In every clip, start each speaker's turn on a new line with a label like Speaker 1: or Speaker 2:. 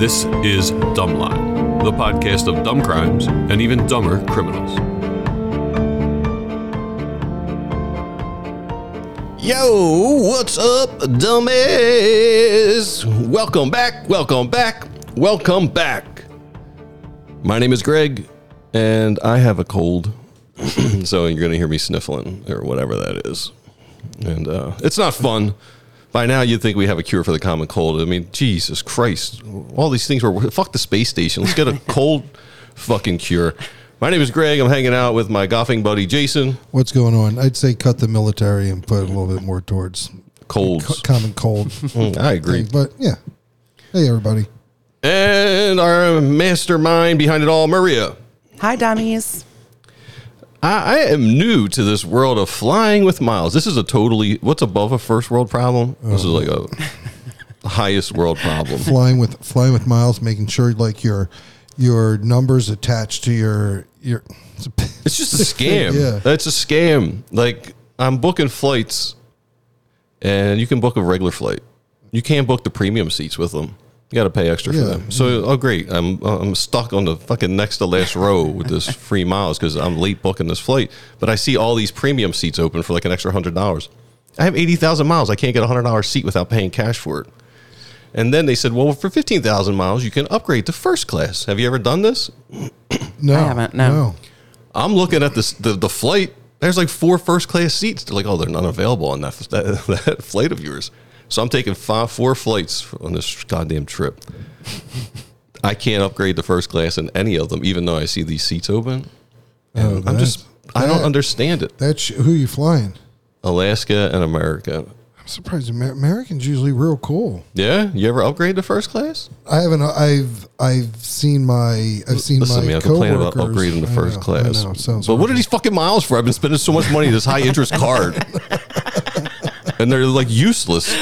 Speaker 1: This is Dumbline, the podcast of dumb crimes and even dumber criminals.
Speaker 2: Yo, what's up, dummies? Welcome back, welcome back, welcome back. My name is Greg, and I have a cold. so you're going to hear me sniffling or whatever that is. And uh, it's not fun. By now, you'd think we have a cure for the common cold. I mean, Jesus Christ. All these things were. Fuck the space station. Let's get a cold fucking cure. My name is Greg. I'm hanging out with my golfing buddy, Jason.
Speaker 3: What's going on? I'd say cut the military and put a little bit more towards
Speaker 2: Colds.
Speaker 3: common cold. thing,
Speaker 2: I agree.
Speaker 3: but yeah. Hey, everybody.
Speaker 2: And our mastermind behind it all, Maria.
Speaker 4: Hi, dummies.
Speaker 2: I, I am new to this world of flying with miles. This is a totally what's above a first world problem. This is like a highest world problem.
Speaker 3: Flying with flying with miles, making sure like your your numbers attached to your your
Speaker 2: It's just a scam.
Speaker 3: Yeah.
Speaker 2: That's a scam. Like I'm booking flights, and you can book a regular flight. You can't book the premium seats with them. You got to pay extra for
Speaker 3: Yeah,
Speaker 2: them. So, oh great, I'm I'm stuck on the fucking next to last row with this free miles because I'm late booking this flight. But I see all these premium seats open for like an extra hundred dollars. I have eighty thousand miles. I can't get a hundred dollar seat without paying cash for it. And then they said, well, for fifteen thousand miles, you can upgrade to first class. Have you ever done this?
Speaker 3: No.
Speaker 4: I haven't, no.
Speaker 2: I'm looking at this the, the flight. There's like four first class seats. They're like, oh, they're not available on that that, that flight of yours. So I'm taking five four flights on this goddamn trip. I can't upgrade to first class in any of them, even though I see these seats open.
Speaker 3: Oh,
Speaker 2: I'm just I don't
Speaker 3: that-
Speaker 2: understand it.
Speaker 3: That's who you flying.
Speaker 2: Alaska and America.
Speaker 3: I'm surprised Amer- Americans usually real cool.
Speaker 2: Yeah, you ever upgrade to first class?
Speaker 3: I haven't. I've I've seen my I've seen
Speaker 2: Listen
Speaker 3: my
Speaker 2: to me, I'm complaining
Speaker 3: coworkers
Speaker 2: about upgrading to
Speaker 3: I
Speaker 2: first
Speaker 3: know,
Speaker 2: class.
Speaker 3: I know, it sounds
Speaker 2: but what are
Speaker 3: horrible.
Speaker 2: these fucking miles for? I've been spending so much money on this high interest card, and they're like useless.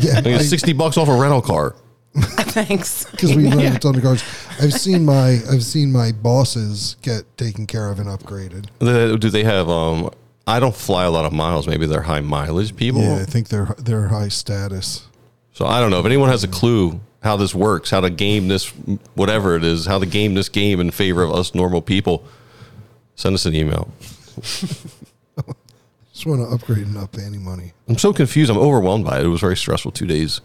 Speaker 3: yeah,
Speaker 2: I mean,
Speaker 3: I-
Speaker 2: it's 60 bucks off a rental car.
Speaker 4: Thanks.
Speaker 3: because we run it on the guards. I've seen my I've seen my bosses get taken care of and upgraded.
Speaker 2: Uh, Do they have, um, I don't fly a lot of miles. Maybe they're high mileage people.
Speaker 3: Yeah, I think they're they're high status.
Speaker 2: So I don't know. If anyone has a clue how this works, how to game this, whatever it is, how to game this game in favor of us normal people, send us an email.
Speaker 3: Just want to upgrade and up any money.
Speaker 2: I'm so confused. I'm overwhelmed by it. It was very stressful two days.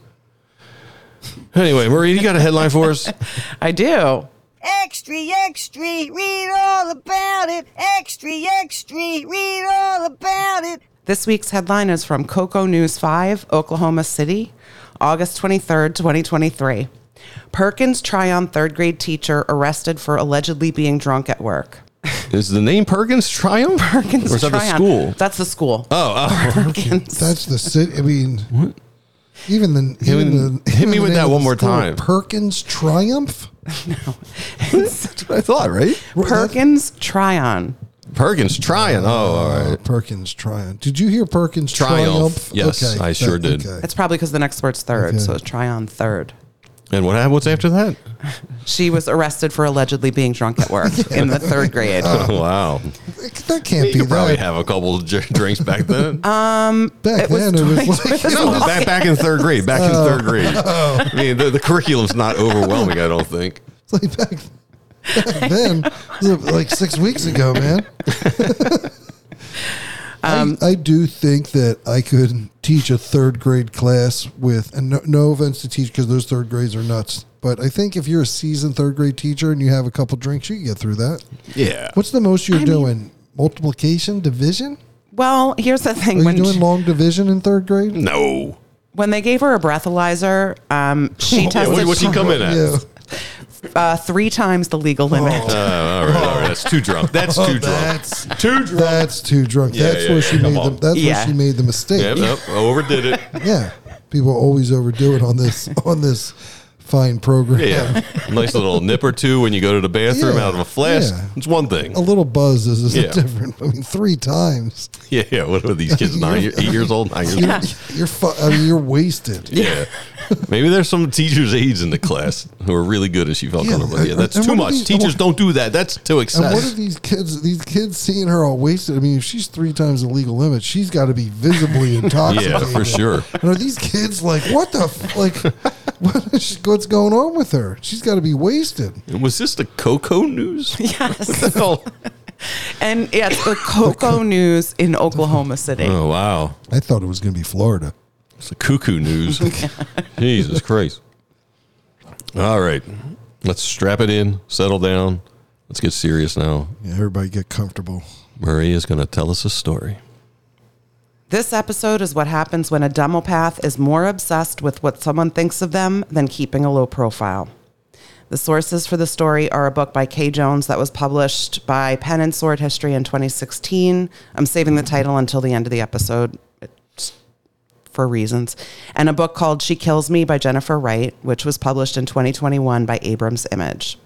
Speaker 2: Anyway, Marie, you got a headline for us?
Speaker 4: I do.
Speaker 5: Extra, extra, read all about it. Extra, extra, read all about it.
Speaker 4: This week's headline is from Coco News 5, Oklahoma City, August 23rd, 2023. Perkins Tryon third grade teacher arrested for allegedly being drunk at work.
Speaker 2: Is the name Perkins Triumph?
Speaker 4: Perkins
Speaker 2: Or is that the
Speaker 4: Tryon-
Speaker 2: school?
Speaker 4: That's the school.
Speaker 2: Oh, oh.
Speaker 4: Perkins.
Speaker 3: That's the city. I mean, even the even the
Speaker 2: hit
Speaker 3: even
Speaker 2: me
Speaker 3: the
Speaker 2: with
Speaker 3: name
Speaker 2: that
Speaker 3: of
Speaker 2: one
Speaker 3: the
Speaker 2: more
Speaker 3: school,
Speaker 2: time.
Speaker 3: Perkins Triumph.
Speaker 2: That's what I thought, right?
Speaker 4: Perkins Tryon.
Speaker 2: Perkins Tryon. Oh, all right.
Speaker 3: Uh, Perkins Triumph. Did you hear Perkins
Speaker 2: Triumph.
Speaker 3: Triumph?
Speaker 2: Yes, I sure did.
Speaker 4: It's probably because the next word's third,
Speaker 3: Okay.
Speaker 4: so it's Tryon third.
Speaker 2: And what happened? What's after that?
Speaker 4: She was arrested for allegedly being drunk at work in the third grade.
Speaker 2: Oh. wow.
Speaker 3: That can't
Speaker 2: You
Speaker 3: be
Speaker 2: could probably
Speaker 3: that.
Speaker 2: have a couple of dr- drinks back then.
Speaker 3: Back
Speaker 4: It was
Speaker 3: then, it was like
Speaker 2: no, back, back in third grade. Back in third grade. I mean, the, the curriculum's not overwhelming, I don't think.
Speaker 3: It's like back, back then, like six weeks ago, man.
Speaker 4: Um,
Speaker 3: I, I do think that I could teach a third grade class with, and no, no offense to teach because those third grades are nuts. But I think if you're a seasoned third grade teacher and you have a couple drinks, you can get through that.
Speaker 2: Yeah.
Speaker 3: What's the most you're doing? Multiplication, division?
Speaker 4: Well, here's the thing.
Speaker 3: Are
Speaker 4: when
Speaker 3: you doing
Speaker 4: she-
Speaker 3: long division in third grade?
Speaker 2: No.
Speaker 4: when they gave her a breathalyzer, um, she
Speaker 2: Oh, Yeah,
Speaker 4: tested
Speaker 2: what, what's she coming at?
Speaker 3: Yeah.
Speaker 4: uh, three times the legal limit.
Speaker 2: Uh, all right, all right. That's too drunk. That's too drunk.
Speaker 3: Oh, That's
Speaker 2: Too drunk.
Speaker 3: that's too drunk.
Speaker 2: Yeah,
Speaker 3: that's
Speaker 2: yeah,
Speaker 3: where
Speaker 2: yeah,
Speaker 3: she
Speaker 2: come
Speaker 3: made
Speaker 2: on.
Speaker 3: the, that's
Speaker 4: Yeah.
Speaker 3: where she made the mistake.
Speaker 2: Yep, yep. I Overdid it.
Speaker 3: Yeah, people always overdo it on this on this fine program.
Speaker 2: Yeah. nice little nip or two when you go to the bathroom
Speaker 3: Yeah,
Speaker 2: out of a flask.
Speaker 3: yeah. Oh.
Speaker 2: It's one thing.
Speaker 3: A little buzz is, is
Speaker 2: Yeah.
Speaker 3: different. I mean, three times.
Speaker 2: Yeah, yeah. What are these kids? Nine, year- eight years old, nine years old.
Speaker 3: You're fu- I mean, you're wasted.
Speaker 2: Yeah. Maybe there's some teachers' aides in the class who are really good at she felt
Speaker 3: Yeah,
Speaker 2: comfortable.
Speaker 3: and-
Speaker 2: Yeah, that's
Speaker 3: and
Speaker 2: too
Speaker 3: what are
Speaker 2: much.
Speaker 3: these-
Speaker 2: Teachers
Speaker 3: what-
Speaker 2: don't do that. That's too
Speaker 3: And what are
Speaker 2: excessive.
Speaker 3: these kids? These kids seeing her all wasted. I mean, if she's three times the legal limit, she's got to be visibly intoxicated.
Speaker 2: Yeah, for sure.
Speaker 3: And are these kids like what the f- like? What is she- what's going on with her? She's got to be wasted.
Speaker 2: And was this the Coco news?
Speaker 4: Yes.
Speaker 2: oh,
Speaker 4: and yeah, it's the Cocoa News in Oklahoma City.
Speaker 2: oh, wow.
Speaker 3: I thought it was going to be Florida.
Speaker 2: It's the cuckoo news. Jesus Christ. All right. Let's strap it in, settle down. Let's get serious now.
Speaker 3: Yeah, everybody get comfortable.
Speaker 2: Marie is going to tell us a story.
Speaker 4: This episode is what happens when a demopath is more obsessed with what someone thinks of them than keeping a low profile. The sources for the story are a book by Kay Jones that was published by Pen and Sword History in 2016. I'm saving the title until the end of the episode it's for reasons. And a book called She Kills Me by Jennifer Wright, which was published in 2021 by Abrams Image.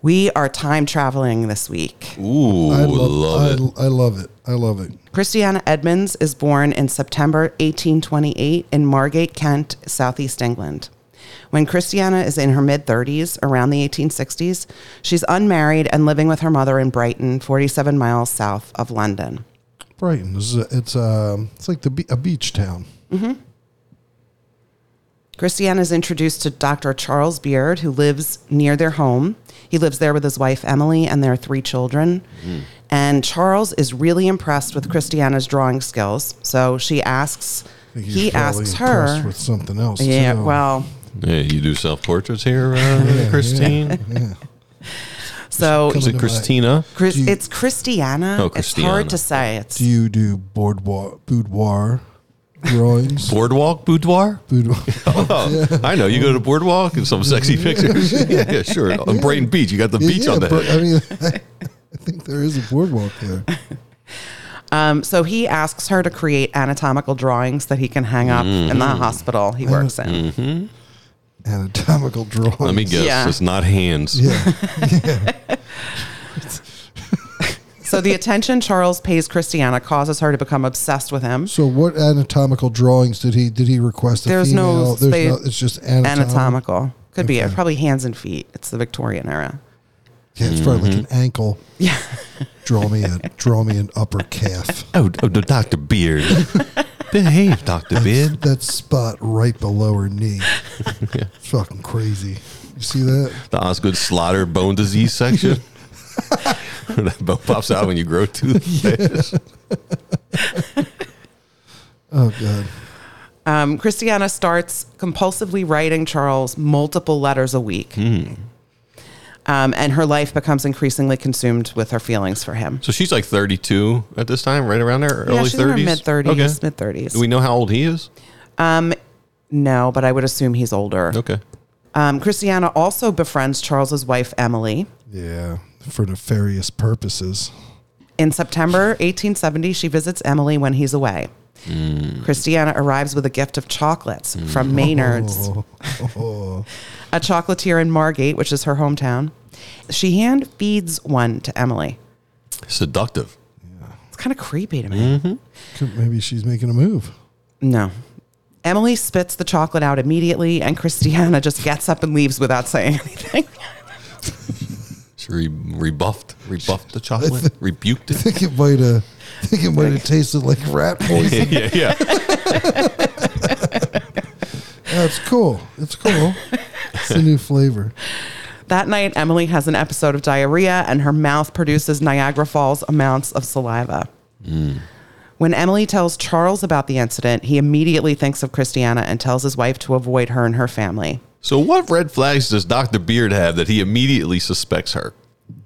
Speaker 4: We are time traveling this week.
Speaker 2: Ooh,
Speaker 3: I
Speaker 2: love, it.
Speaker 3: I, I love it. I love it.
Speaker 4: Christiana Edmonds is born in September 1828 in Margate, Kent, southeast England. When Christiana is in her mid 30s, around the 1860s, she's unmarried and living with her mother in Brighton, 47 miles south of London.
Speaker 3: Brighton is a, it's um it's like the be- a beach town.
Speaker 4: Christiana is introduced to Dr. Charles Beard, who lives near their home. He lives there with his wife Emily and their three children.
Speaker 3: Hmm.
Speaker 4: And Charles is really impressed with Christiana's drawing skills, so she asks.
Speaker 3: I think he's
Speaker 4: He
Speaker 3: probably
Speaker 4: asks
Speaker 3: impressed
Speaker 4: her.
Speaker 3: with something else.
Speaker 4: yeah,
Speaker 3: too.
Speaker 4: well,
Speaker 2: Hey, you do self portraits here, uh, Christine?
Speaker 3: Yeah.
Speaker 4: so
Speaker 2: Is it Christina?
Speaker 4: Chris,
Speaker 3: Do you-
Speaker 4: it's Christiana.
Speaker 2: Oh,
Speaker 4: It's
Speaker 2: Christiana.
Speaker 4: hard to say. It's
Speaker 3: Do you do boardwalk boudoir drawings?
Speaker 2: Boardwalk boudoir?
Speaker 3: boudoir.
Speaker 2: Oh, I know. You go to Boardwalk and some sexy pictures. yeah, yeah, sure. On Brighton Beach, you got the beach
Speaker 3: Yeah,
Speaker 2: on the
Speaker 3: but,
Speaker 2: head.
Speaker 3: I mean, I think there is a boardwalk there.
Speaker 4: um, so he asks her to create anatomical drawings that he can hang up in the
Speaker 2: Mm-hmm.
Speaker 4: hospital he works in.
Speaker 3: Anatomical drawings.
Speaker 2: Let me guess.
Speaker 4: Yeah.
Speaker 2: It's not hands.
Speaker 3: Yeah.
Speaker 4: So the attention Charles pays Christiana causes her to become obsessed with him.
Speaker 3: So what anatomical drawings did he did he request? A
Speaker 4: There's no
Speaker 3: female?
Speaker 4: space-
Speaker 3: There's no. It's just anatomical.
Speaker 4: Anatomical could be it.
Speaker 3: Okay.
Speaker 4: Probably hands and feet. It's the Victorian era.
Speaker 3: Yeah, it's probably
Speaker 2: Mm-hmm.
Speaker 3: like an ankle. Yeah. draw me a draw me an upper calf.
Speaker 2: Oh, oh, no, Dr. Beard. Behave, Dr. Beard.
Speaker 3: That spot right below her knee. It's fucking crazy. You see that?
Speaker 2: The Osgood Slaughter bone disease section. that bone pops out when you grow too fast.
Speaker 3: Oh god.
Speaker 4: Um, Christiana starts compulsively writing Charles multiple letters a week.
Speaker 2: Hmm.
Speaker 4: Um, and her life becomes increasingly consumed with her feelings for him.
Speaker 2: So she's like 32 at this time, right around there, early
Speaker 4: yeah, she's
Speaker 2: 30s.
Speaker 4: in her mid 30s,
Speaker 2: Okay.
Speaker 4: mid 30s.
Speaker 2: Do we know how old he is?
Speaker 4: no, but I would assume he's older.
Speaker 2: Okay.
Speaker 4: Um, Christiana also befriends Charles's wife Emily.
Speaker 3: Yeah. For nefarious purposes.
Speaker 4: In September 1870, she visits Emily when he's away. Christiana arrives with a gift of chocolates from Maynard's,
Speaker 3: Oh, oh.
Speaker 4: a chocolatier in Margate, which is her hometown. She hand feeds one to Emily.
Speaker 2: Seductive.
Speaker 4: It's kind of creepy to me.
Speaker 3: Could- Maybe she's making a move.
Speaker 4: No. Emily spits the chocolate out immediately, and Christiana just gets up and leaves without saying anything.
Speaker 2: She re- rebuffed, rebuffed the chocolate, rebuked
Speaker 3: I
Speaker 2: it.
Speaker 3: think it might have I think it might have tasted like rat poison.
Speaker 2: yeah, yeah.
Speaker 3: That's cool. It's cool. It's a new flavor.
Speaker 4: That night, Emily has an episode of diarrhea and her mouth produces Niagara Falls amounts of saliva. When Emily tells Charles about the incident, he immediately thinks of Christiana and tells his wife to avoid her and her family.
Speaker 2: So, what red flags does Dr. Beard have that he immediately suspects her?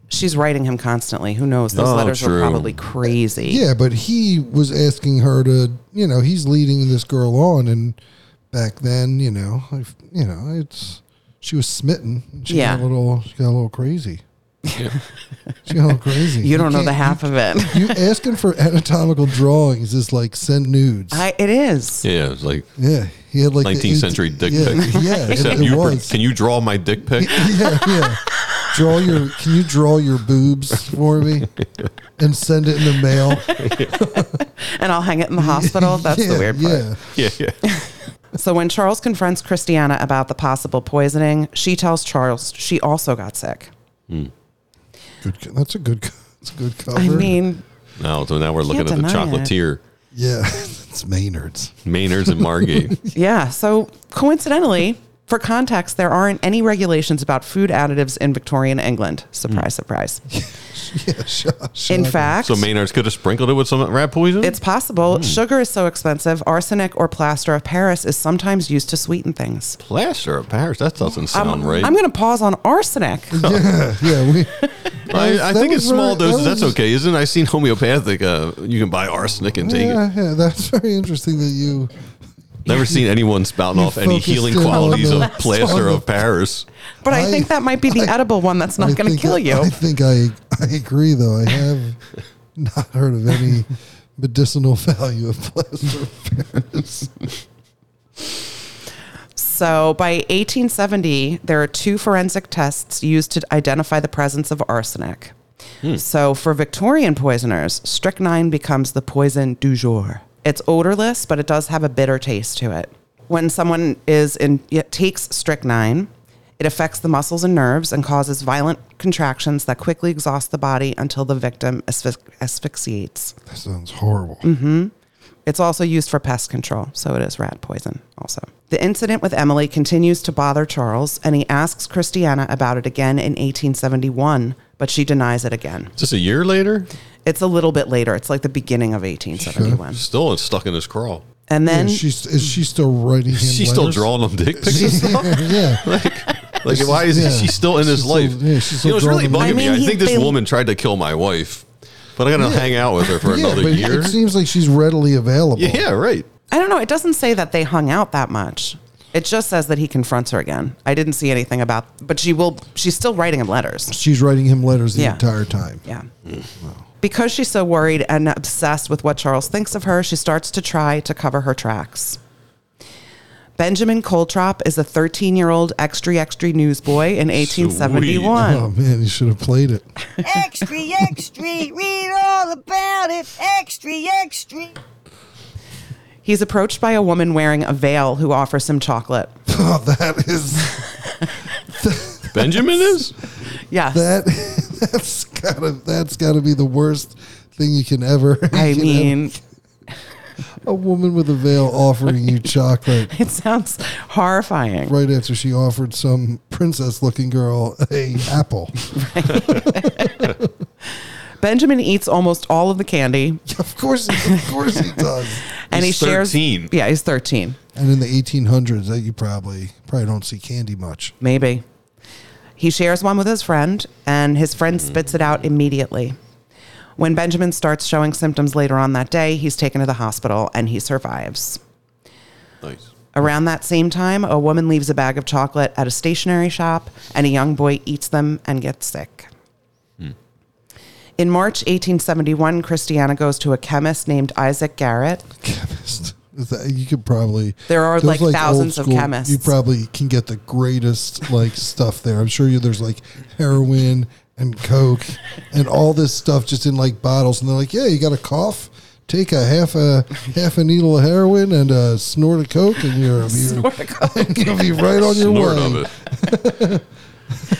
Speaker 4: She's writing him constantly. Who knows? Those
Speaker 2: Oh,
Speaker 4: letters
Speaker 2: true.
Speaker 4: are probably crazy.
Speaker 3: Yeah, but he was asking her to, you know, he's leading this girl on, and back then, you know, i you know, it's she was smitten. and She
Speaker 4: Yeah.
Speaker 3: got a little, she got a little crazy. she got a little crazy.
Speaker 4: You don't know the
Speaker 3: can't-
Speaker 4: half of it.
Speaker 3: You asking for anatomical drawings is like send nudes.
Speaker 4: I, it is.
Speaker 2: Yeah, it's like
Speaker 3: yeah, he had like the
Speaker 2: 19th
Speaker 3: eight-
Speaker 2: century dick
Speaker 3: yeah,
Speaker 2: pic.
Speaker 3: Yeah,
Speaker 2: Except
Speaker 3: it,
Speaker 2: you, pro-
Speaker 3: was.
Speaker 2: can you draw my dick pic?
Speaker 3: yeah, yeah. Draw your. Can you draw your boobs for me, and send it in the mail?
Speaker 4: And I'll hang it in the hospital. That's
Speaker 3: yeah,
Speaker 4: the weird part.
Speaker 3: Yeah.
Speaker 2: yeah, yeah.
Speaker 4: So when Charles confronts Christiana about the possible poisoning, she tells Charles she also got sick.
Speaker 3: Good. co- That's a good. co- That's a good cover.
Speaker 4: I mean,
Speaker 2: No, so now we're looking
Speaker 4: Can't
Speaker 2: at the
Speaker 4: deny it.
Speaker 2: chocolatier,
Speaker 3: yeah, it's Maynard's.
Speaker 2: Maynard's and Margate.
Speaker 4: Yeah. So coincidentally, For context, there aren't any regulations about food additives in Victorian England. Surprise, surprise.
Speaker 3: Hmm. Yeah, shush.
Speaker 4: In fact,
Speaker 2: So Maynard's could have sprinkled it with some rat poison.
Speaker 4: it's possible
Speaker 3: Hmm.
Speaker 4: sugar is so expensive, arsenic or plaster of Paris is sometimes used to sweeten things.
Speaker 2: plaster of Paris. That doesn't sound right.
Speaker 4: I'm going to pause on arsenic.
Speaker 3: yeah, yeah. We,
Speaker 2: I, I
Speaker 3: that
Speaker 2: think in
Speaker 3: was
Speaker 2: small
Speaker 3: very- that
Speaker 2: doses that's
Speaker 3: was-
Speaker 2: okay, isn't? it? I've seen homeopathic. Uh, you can buy arsenic and take it.
Speaker 3: yeah, yeah, that's very interesting that you.
Speaker 2: Never seen anyone spouting
Speaker 3: You
Speaker 2: off any
Speaker 3: focused
Speaker 2: healing
Speaker 3: in on
Speaker 2: qualities
Speaker 3: the-
Speaker 2: of plaster
Speaker 3: on
Speaker 2: of
Speaker 3: the-
Speaker 2: Paris.
Speaker 4: But I,
Speaker 3: I-
Speaker 4: think that might be the
Speaker 3: I-
Speaker 4: edible one that's
Speaker 3: I
Speaker 4: not going to
Speaker 3: think
Speaker 4: kill
Speaker 3: I-
Speaker 4: you.
Speaker 3: I think I I agree though. I have not heard of any medicinal value of plaster of Paris.
Speaker 4: So by 1870, there are two forensic tests used to identify the presence of arsenic. So for Victorian poisoners, strychnine becomes the poison du jour. It's odorless, but it does have a bitter taste to it. When someone is in yeah, takes strychnine, it affects the muscles and nerves and causes violent contractions that quickly exhaust the body until the victim asphy- asphyxiates.
Speaker 3: That sounds horrible.
Speaker 4: Mm-hmm. It's also used for pest control, so it is rat poison also. The incident with Emily continues to bother Charles, and he asks Christiana about it again in 1871, but she denies it again.
Speaker 2: Just a year later,
Speaker 4: It's a little bit later. It's like the beginning of 1871.
Speaker 2: still stuck in his crawl.
Speaker 4: And then
Speaker 3: Is she, is she still writing him?
Speaker 2: She's still
Speaker 3: letters?
Speaker 2: drawing him dick pictures.
Speaker 3: yeah,
Speaker 2: Like, why is
Speaker 3: yeah.
Speaker 2: she still in his
Speaker 3: She's
Speaker 2: life?
Speaker 3: still- yeah, she's still
Speaker 2: you know, it's really
Speaker 3: drawing
Speaker 2: bugging
Speaker 4: him.
Speaker 2: me.
Speaker 4: I mean,
Speaker 2: I
Speaker 4: he-
Speaker 2: think this
Speaker 4: they-
Speaker 2: woman tried to kill my wife, but I got to hang out with her for
Speaker 3: yeah,
Speaker 2: another
Speaker 3: but
Speaker 2: year.
Speaker 3: it seems like she's readily available.
Speaker 2: Yeah, right.
Speaker 4: I don't know. It doesn't say that they hung out that much. It just says that he confronts her again. I didn't see anything about, but she will, she's still writing him letters.
Speaker 3: she's writing him letters the
Speaker 4: Yeah.
Speaker 3: entire time.
Speaker 4: Yeah. Because she's so worried and obsessed with what Charles thinks of her, she starts to try to cover her tracks. Benjamin Coltrop is a 13 year old extra extra newsboy in 1871.
Speaker 3: Oh man, he should have played it.
Speaker 5: Extra, extra, read all about it. Extra, extra.
Speaker 4: He's approached by a woman wearing a veil who offers him chocolate.
Speaker 3: Oh, that is
Speaker 2: Benjamin is.
Speaker 4: Yes.
Speaker 3: that. That's gotta. That's gotta be the worst thing you can ever.
Speaker 4: I
Speaker 3: you can
Speaker 4: mean,
Speaker 3: have a woman with a veil offering you chocolate
Speaker 4: it sounds horrifying.
Speaker 3: right after she offered some princess-looking girl a apple.
Speaker 4: Benjamin eats almost all of the candy
Speaker 3: of course, he- of course he does.
Speaker 4: and
Speaker 2: He's
Speaker 4: he shares
Speaker 2: 13.
Speaker 4: Yeah, he's 13.
Speaker 3: And in the 1800s, that you probably probably don't see candy much.
Speaker 4: Maybe. He shares one with his friend, and his friend spits it out immediately. When Benjamin starts showing symptoms later on that day, he's taken to the hospital and he survives.
Speaker 2: Nice.
Speaker 4: Around that same time, a woman leaves a bag of chocolate at a stationery shop, and a young boy eats them and gets sick. In March 1871, Christiana goes to a chemist named Isaac Garrett.
Speaker 3: chemist. Is that- you could probably
Speaker 4: There are,
Speaker 3: those,
Speaker 4: like, thousands
Speaker 3: old
Speaker 4: of chemists.
Speaker 3: You probably can get the greatest like stuff there. I'm sure you there's like heroin and coke and all this stuff just in like bottles, and they're like, yeah, you got a cough. Take a half a half a needle of heroin and a snort of coke, and you're, you're
Speaker 4: Snort of coke.
Speaker 3: you'll be right on your
Speaker 2: Snort
Speaker 3: way.
Speaker 2: of it.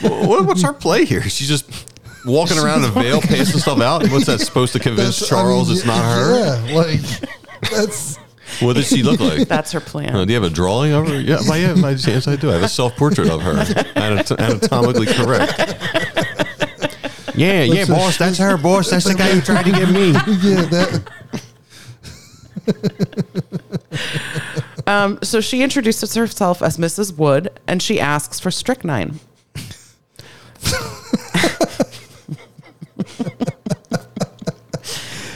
Speaker 2: Wha- what, what's our play here? She's just walking around in a veil, passing stuff out. What's that supposed to convince
Speaker 3: That's- I mean,
Speaker 2: Charles it's
Speaker 3: yeah,
Speaker 2: not her?
Speaker 3: Yeah, like that's
Speaker 2: What does she look like?
Speaker 4: That's her
Speaker 2: Uh,
Speaker 4: plan.
Speaker 2: do you have a drawing of her? Yeah, by, yeah, by chance I do. I have a self portrait of her, Anat- anatomically correct. Yeah, yeah,
Speaker 3: That's a-
Speaker 2: boss. That's her, boss. That's the guy who tried to get me.
Speaker 3: yeah that.
Speaker 4: Um, so she introduces herself as Mrs. Wood, and she asks for strychnine.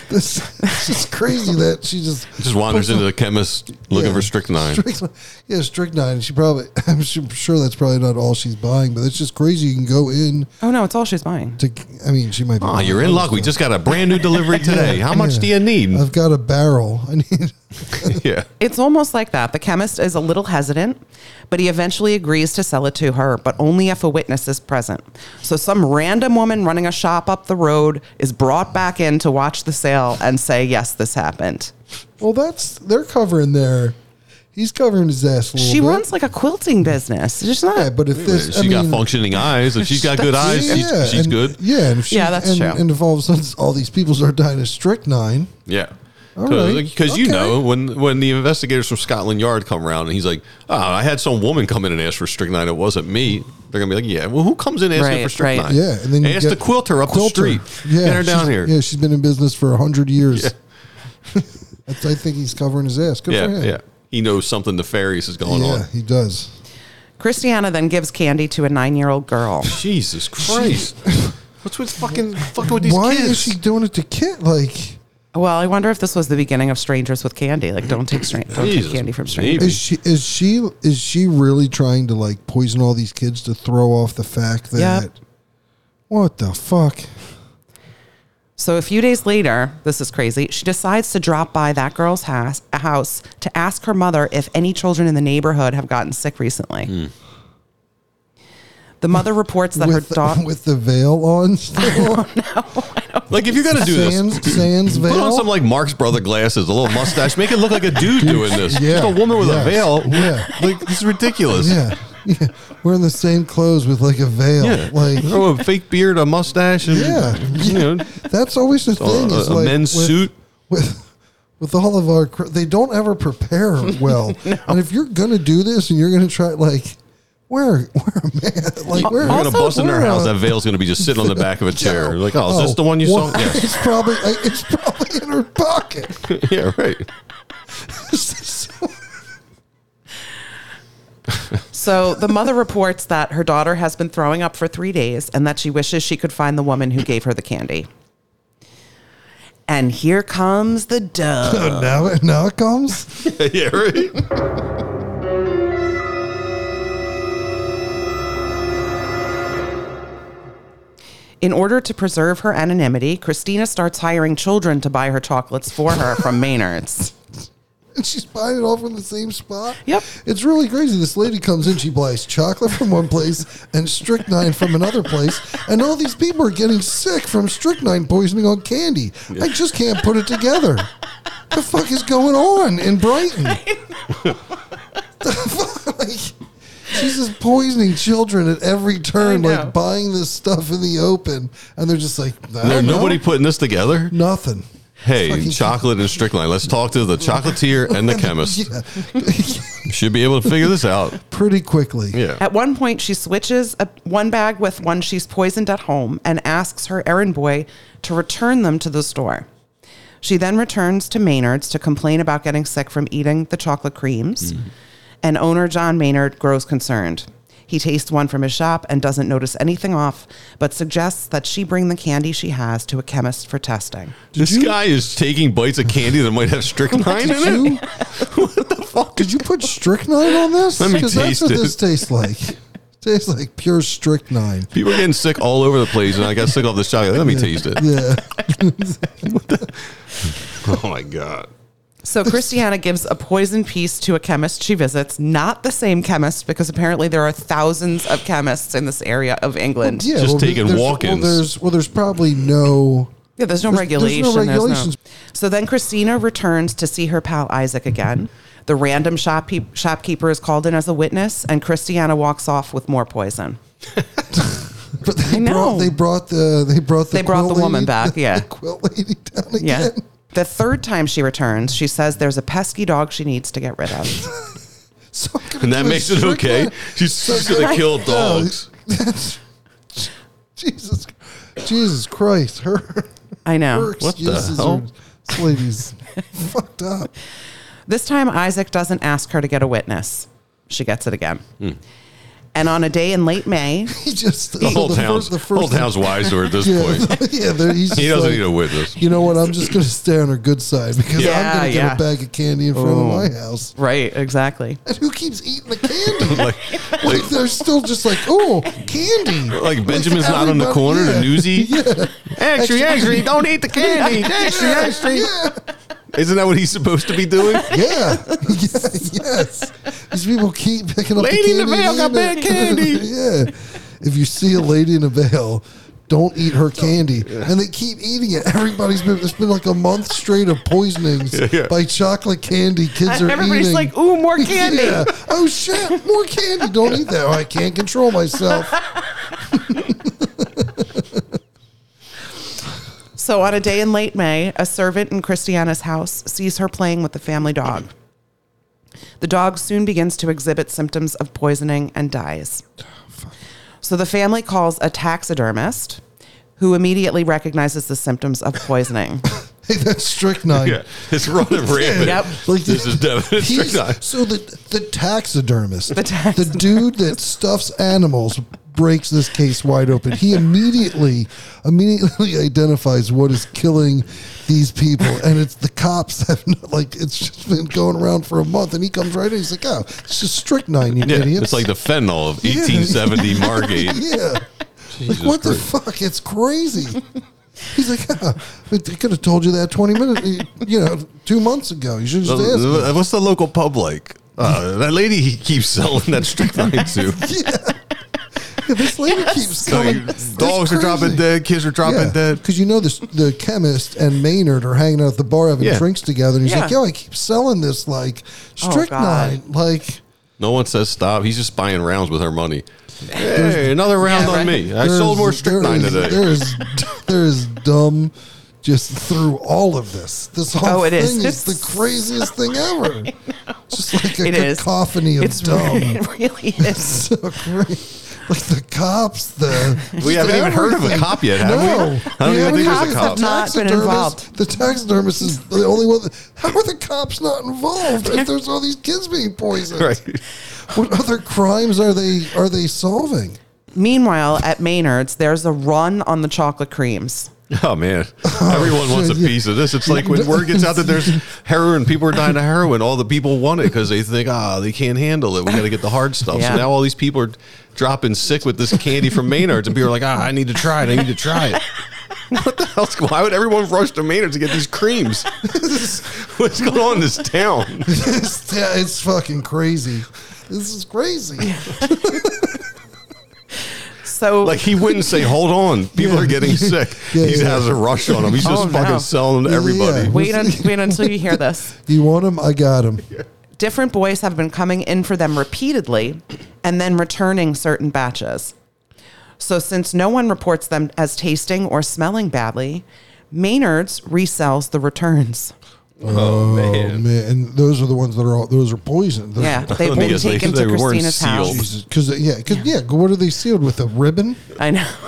Speaker 3: This, it's just crazy that she just
Speaker 2: Just wanders into the chemist looking
Speaker 3: Yeah.
Speaker 2: for strychnine.
Speaker 3: Strychnine. Yeah, strychnine. She probably, I'm su- sure that's probably not all she's buying, but it's just crazy. You can go in
Speaker 4: Oh no, it's all she's buying.
Speaker 3: to, I mean, she might be.
Speaker 2: Oh, you're in luck. We just got a brand new delivery today. How much do you need?
Speaker 3: I've got a barrel. I need.
Speaker 2: Yeah.
Speaker 4: It's almost like that. The chemist is a little hesitant, but he eventually agrees to sell it to her, but only if a witness is present. So some random woman running a shop up the road is brought back in to watch the sale and say, "Yes, this happened."
Speaker 3: Well, that's, they're covering their, he's covering his ass a little
Speaker 4: she
Speaker 2: Mm-hmm.
Speaker 3: bit.
Speaker 4: runs like a quilting business. She's not.
Speaker 3: Yeah, but if this,
Speaker 2: She
Speaker 3: I
Speaker 2: got
Speaker 3: mean,
Speaker 2: functioning eyes. If she's got good
Speaker 3: yeah,
Speaker 2: eyes, she's,
Speaker 3: yeah,
Speaker 2: she's
Speaker 3: and-
Speaker 2: good.
Speaker 3: Yeah, and if she,
Speaker 4: Yeah, that's
Speaker 3: and,
Speaker 4: true.
Speaker 3: And if all of a sudden all these people start dying of strychnine,
Speaker 2: Yeah.
Speaker 3: All right.
Speaker 2: Because you
Speaker 3: Okay.
Speaker 2: know when when the investigators from Scotland Yard come around and he's like, oh, I had some woman come in and ask for strychnine. It wasn't me. They're gonna be like, yeah, well, who comes in asking
Speaker 4: Right,
Speaker 2: for strychnine?
Speaker 4: right.
Speaker 3: Yeah, and then you
Speaker 2: ask
Speaker 3: get
Speaker 2: the quilter up
Speaker 3: Quilter.
Speaker 2: the street. Get her down
Speaker 3: she's-
Speaker 2: here.
Speaker 3: Yeah, she's been in business for hundred years.
Speaker 2: Yeah.
Speaker 3: That's- I think he's covering his ass. Good
Speaker 2: yeah,
Speaker 3: for him.
Speaker 2: yeah. He knows something nefarious is going
Speaker 3: yeah,
Speaker 2: on.
Speaker 3: he does.
Speaker 4: Christiana then gives candy to a nine year old girl.
Speaker 2: Jesus Christ! What's with fucking fucking with these
Speaker 3: Why
Speaker 2: kids?
Speaker 3: is she doing it to Kit? Like,
Speaker 4: Well, I wonder if this was the beginning of strangers with candy. Like, don't take stra- don't
Speaker 2: Jesus,
Speaker 4: take candy from
Speaker 2: maybe.
Speaker 4: strangers.
Speaker 3: is she is she is she really trying to like poison all these kids to throw off the fact that?
Speaker 4: Yeah.
Speaker 3: What the fuck?
Speaker 4: So a few days later, this is crazy. She decides to drop by that girl's house, house to ask her mother if any children in the neighborhood have gotten sick recently. The mother reports that
Speaker 3: with,
Speaker 4: her daughter.
Speaker 3: with the veil on, still?
Speaker 2: Like, if you're gonna do this,
Speaker 3: Sans, sans veil.
Speaker 2: Put on some like Mark's brother glasses, a little mustache, make it look like a dude doing this.
Speaker 3: yeah,
Speaker 2: Just a woman with
Speaker 3: yes,
Speaker 2: a veil.
Speaker 3: yeah.
Speaker 2: like this is ridiculous.
Speaker 3: yeah, yeah, wearing the same clothes with like a veil.
Speaker 2: Yeah.
Speaker 3: Like,
Speaker 2: throw a fake beard, a mustache, and
Speaker 3: Yeah.
Speaker 2: you know,
Speaker 3: That's always the
Speaker 2: a,
Speaker 3: thing. is
Speaker 2: a
Speaker 3: like
Speaker 2: men's
Speaker 3: with-
Speaker 2: suit.
Speaker 3: with with all of our. cr- They don't ever prepare well. And if you're gonna do this and you're gonna try, like, wear wear a man, like wear.
Speaker 2: You're gonna
Speaker 4: Also,
Speaker 2: bust in their
Speaker 3: we're,
Speaker 2: house.
Speaker 3: uh,
Speaker 2: That veil's gonna be just sitting on the back of a chair. Like, oh, is
Speaker 3: Oh,
Speaker 2: this the one you
Speaker 3: well,
Speaker 2: saw? Yeah.
Speaker 3: It's probably like, it's probably in her pocket.
Speaker 2: yeah, right.
Speaker 4: so the mother reports that her daughter has been throwing up for three days and that she wishes she could find the woman who gave her the candy. And here comes the dove.
Speaker 3: So now it now it comes.
Speaker 2: yeah, right.
Speaker 4: In order to preserve her anonymity, Christina starts hiring children to buy her chocolates for her from Maynard's.
Speaker 3: And she's buying it all from the same spot.
Speaker 4: Yep.
Speaker 3: It's really crazy. This lady comes in, she buys chocolate from one place and strychnine from another place, and all these people are getting sick from strychnine poisoning on candy. I just can't put it together. the fuck is going on in Brighton? The fuck, like, she's just poisoning children at every turn,
Speaker 4: I know.
Speaker 3: like buying this stuff in the open, and they're just like, I
Speaker 2: There
Speaker 3: don't know.
Speaker 2: nobody putting this together.
Speaker 3: nothing.
Speaker 2: Hey,
Speaker 3: Fucking-
Speaker 2: chocolate and strychnine. Let's talk to the chocolatier and the chemist.
Speaker 3: Yeah.
Speaker 2: Should be able to figure this out.
Speaker 3: Pretty quickly.
Speaker 2: Yeah.
Speaker 4: At one point, she switches a, one bag with one she's poisoned at home and asks her errand boy to return them to the store. She then returns to Maynard's to complain about getting sick from eating the chocolate creams, and owner John Maynard grows concerned. He tastes one from his shop and doesn't notice anything off, but suggests that she bring the candy she has to a chemist for testing.
Speaker 2: This guy is taking bites of candy that might have strychnine
Speaker 3: Did
Speaker 2: in it.
Speaker 3: you? Did you put strychnine on this?
Speaker 2: Let me
Speaker 3: Because
Speaker 2: taste
Speaker 3: that's what
Speaker 2: it.
Speaker 3: this tastes like. tastes like pure strychnine.
Speaker 2: People are getting sick all over the place, and I got sick off this chocolate. Let me taste it.
Speaker 3: Yeah.
Speaker 2: Oh my god!
Speaker 4: So Christiana gives a poison piece to a chemist she visits, not the same chemist, because apparently there are thousands of chemists in this area of England.
Speaker 3: yeah
Speaker 2: Just
Speaker 3: well,
Speaker 2: taking
Speaker 3: there's-
Speaker 2: walk-ins.
Speaker 3: Well, there's well, there's probably no.
Speaker 4: Yeah, there's no
Speaker 3: There's- there's no
Speaker 4: regulation. There's no
Speaker 3: regulations.
Speaker 4: So then Christina returns to see her pal Isaac again.
Speaker 3: Mm-hmm.
Speaker 4: The random shop shopkeeper is called in as a witness, and Christiana walks off with more poison.
Speaker 3: But they
Speaker 4: I know.
Speaker 3: Brought, they brought the they brought the
Speaker 4: They brought the
Speaker 3: quilt
Speaker 4: woman
Speaker 3: lady-
Speaker 4: back,
Speaker 3: the
Speaker 4: yeah.
Speaker 3: quilt lady down again.
Speaker 4: Yeah. The third time she returns, she says there's a pesky dog she needs to get rid of.
Speaker 3: So I'm gonna
Speaker 2: And that
Speaker 3: do a
Speaker 2: makes it okay.
Speaker 3: strychnine- Oh,
Speaker 2: She's just gonna kill dogs.
Speaker 3: That's- Jesus, Jesus Christ! Her
Speaker 4: I know.
Speaker 3: her excuses
Speaker 2: hell?
Speaker 3: are this lady's fucked up.
Speaker 4: This time, Isaac doesn't ask her to get a witness. She gets it again. And on a day in late May,
Speaker 3: He just
Speaker 2: The whole town's whole town's wise to her at this point.
Speaker 3: yeah, there, he's
Speaker 2: He
Speaker 3: just
Speaker 2: doesn't
Speaker 3: like,
Speaker 2: need a witness.
Speaker 3: You know what? I'm just going to stay on her good side because
Speaker 4: Yeah,
Speaker 3: I'm going to get
Speaker 4: yeah.
Speaker 3: a bag of candy in front
Speaker 4: Ooh.
Speaker 3: of
Speaker 2: Oh.
Speaker 3: my house.
Speaker 4: right, exactly.
Speaker 3: And who keeps eating the candy?
Speaker 2: Like, like,
Speaker 3: like they're still just like, oh, candy.
Speaker 2: like Benjamin's not on the
Speaker 3: everybody-
Speaker 2: corner.
Speaker 3: yeah.
Speaker 2: The newsy.
Speaker 3: Actually, actually,
Speaker 2: don't eat the candy. Actually, actually. Isn't that what he's supposed to be doing?
Speaker 3: Yeah. yes. yes. These people keep picking up
Speaker 2: Lady in
Speaker 3: the
Speaker 2: the
Speaker 3: candy.
Speaker 2: veil
Speaker 3: and
Speaker 2: got bad candy.
Speaker 3: eating it. yeah. If you see a lady in a veil, don't eat her candy. And they keep eating it. Everybody's been, it's been like a month straight of poisonings
Speaker 2: Yeah, yeah.
Speaker 3: by chocolate candy. Kids are
Speaker 4: Everybody's
Speaker 3: eating.
Speaker 4: like, ooh, more candy.
Speaker 3: Yeah. Oh, shit. More candy. Don't eat that. Oh, I can't control myself.
Speaker 4: So on a day in late May, a servant in Christiana's house sees her playing with the family dog. The dog soon begins to exhibit symptoms of poisoning and dies. So the family calls a taxidermist who immediately recognizes the symptoms of poisoning.
Speaker 3: Hey, that's strychnine.
Speaker 2: Yeah, it's running rampant.
Speaker 4: Yep.
Speaker 3: Like
Speaker 2: This
Speaker 3: the-
Speaker 2: is definitely
Speaker 3: he's-
Speaker 2: strychnine.
Speaker 3: So the the taxidermist, the,
Speaker 4: taxidermist.
Speaker 3: dude that stuffs animals, breaks this case wide open. He immediately immediately identifies what is killing these people, and it's the cops have not, like it's just been going around for a month, and he comes right in. He's like, "Oh, it's just strychnine, you
Speaker 2: Yeah,
Speaker 3: idiots."
Speaker 2: it's like the fentanyl of
Speaker 3: Yeah.
Speaker 2: 1870 Margate.
Speaker 3: yeah. Like, what the fuck? It's crazy. He's like, "Ah, I could have told you that 20 minutes, you know, two months ago. You should have just asked. me."
Speaker 2: Uh, What's the local pub like? Uh, that lady he keeps selling that strychnine to.
Speaker 3: yeah. Yeah, this lady keeps coming.
Speaker 2: Like, dogs are dropping dead, kids are dropping dead.
Speaker 3: Because you know this, the chemist and Maynard are hanging out at the bar having
Speaker 2: Yeah.
Speaker 3: drinks together, and he's
Speaker 4: Yeah. Oh,
Speaker 3: like, "Yo, I keep selling this like strychnine, like."
Speaker 2: No one says stop. He's just buying rounds with her money. Hey, another round
Speaker 4: Yeah,
Speaker 2: on
Speaker 4: right.
Speaker 2: me. I
Speaker 3: there's-
Speaker 2: sold more strychnine
Speaker 3: there is-
Speaker 2: today.
Speaker 3: There is, there is dumb, just through all of this. This whole
Speaker 4: Oh, it
Speaker 3: thing
Speaker 4: is.
Speaker 3: is,
Speaker 4: It's
Speaker 3: the craziest thing ever. Just like a
Speaker 4: It is.
Speaker 3: cacophony of
Speaker 4: It's
Speaker 3: dumb.
Speaker 4: it really is.
Speaker 3: so great. Like the cops, the
Speaker 2: We haven't even heard of a cop yet, have
Speaker 3: no,
Speaker 2: we? I don't
Speaker 3: Yeah,
Speaker 2: even
Speaker 3: the
Speaker 2: think
Speaker 4: cops
Speaker 2: there's a
Speaker 4: have
Speaker 2: cop.
Speaker 4: not- been
Speaker 3: taxidermist-
Speaker 4: involved.
Speaker 3: The taxidermist is the only one. That, how are the cops not involved if there's all these kids being poisoned?
Speaker 2: Right.
Speaker 3: What other crimes are they are they solving?
Speaker 4: Meanwhile, at Maynard's, there's a run on the chocolate creams.
Speaker 2: Oh man, everyone wants a
Speaker 3: shit, yeah.
Speaker 2: piece of this. It's like when word gets out that there's heroin, people are dying of heroin. All the people want it because they think, ah, they can't handle it. We got to get the hard stuff.
Speaker 4: Yeah.
Speaker 2: So now all these people are dropping sick with this candy from Maynard's, and people are like, ah, I need to try it. I need to try it. What the hell's Why would everyone rush to Maynard's to get these creams? What's going on in this town?
Speaker 3: it's, yeah, it's fucking crazy. This is crazy.
Speaker 4: So
Speaker 2: Like he wouldn't say, "Hold on, people
Speaker 3: Yeah.
Speaker 2: are getting sick."
Speaker 3: Yeah,
Speaker 2: he
Speaker 3: yeah.
Speaker 2: has a rush on him. He's just
Speaker 4: Oh,
Speaker 2: fucking
Speaker 4: no.
Speaker 2: selling to
Speaker 3: Yeah,
Speaker 2: everybody.
Speaker 3: yeah.
Speaker 4: wait, un- wait until you hear this.
Speaker 3: You want them? I got them.
Speaker 4: different boys have been coming in for them repeatedly and then returning certain batches. So, since no one reports them as tasting or smelling badly, Maynard's resells the returns.
Speaker 2: Oh,
Speaker 3: Oh man, and those are the ones that are all those are poisoned. Those
Speaker 4: Yeah, they've
Speaker 2: Let me
Speaker 4: been
Speaker 2: guess, they-
Speaker 4: taken
Speaker 2: they
Speaker 4: to
Speaker 2: weren't
Speaker 4: Christina's
Speaker 2: sealed.
Speaker 4: house.
Speaker 3: Jesus, because yeah, because yeah. what are they sealed with a ribbon?
Speaker 4: I know.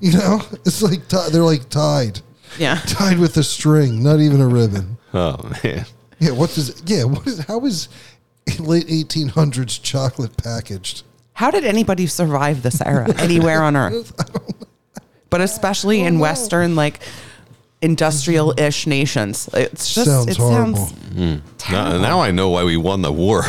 Speaker 3: You know, it's like ti- they're like tied,
Speaker 4: yeah.
Speaker 3: tied with a string, not even a ribbon.
Speaker 2: oh man.
Speaker 3: Yeah, what does? Yeah, what is? How is late eighteen hundreds chocolate packaged?
Speaker 4: How did anybody survive this era anywhere on earth? But especially in Western, like industrial ish nations. It's just,
Speaker 3: sounds
Speaker 4: it
Speaker 3: horrible.
Speaker 4: sounds.
Speaker 2: Now, now I know why we won the war.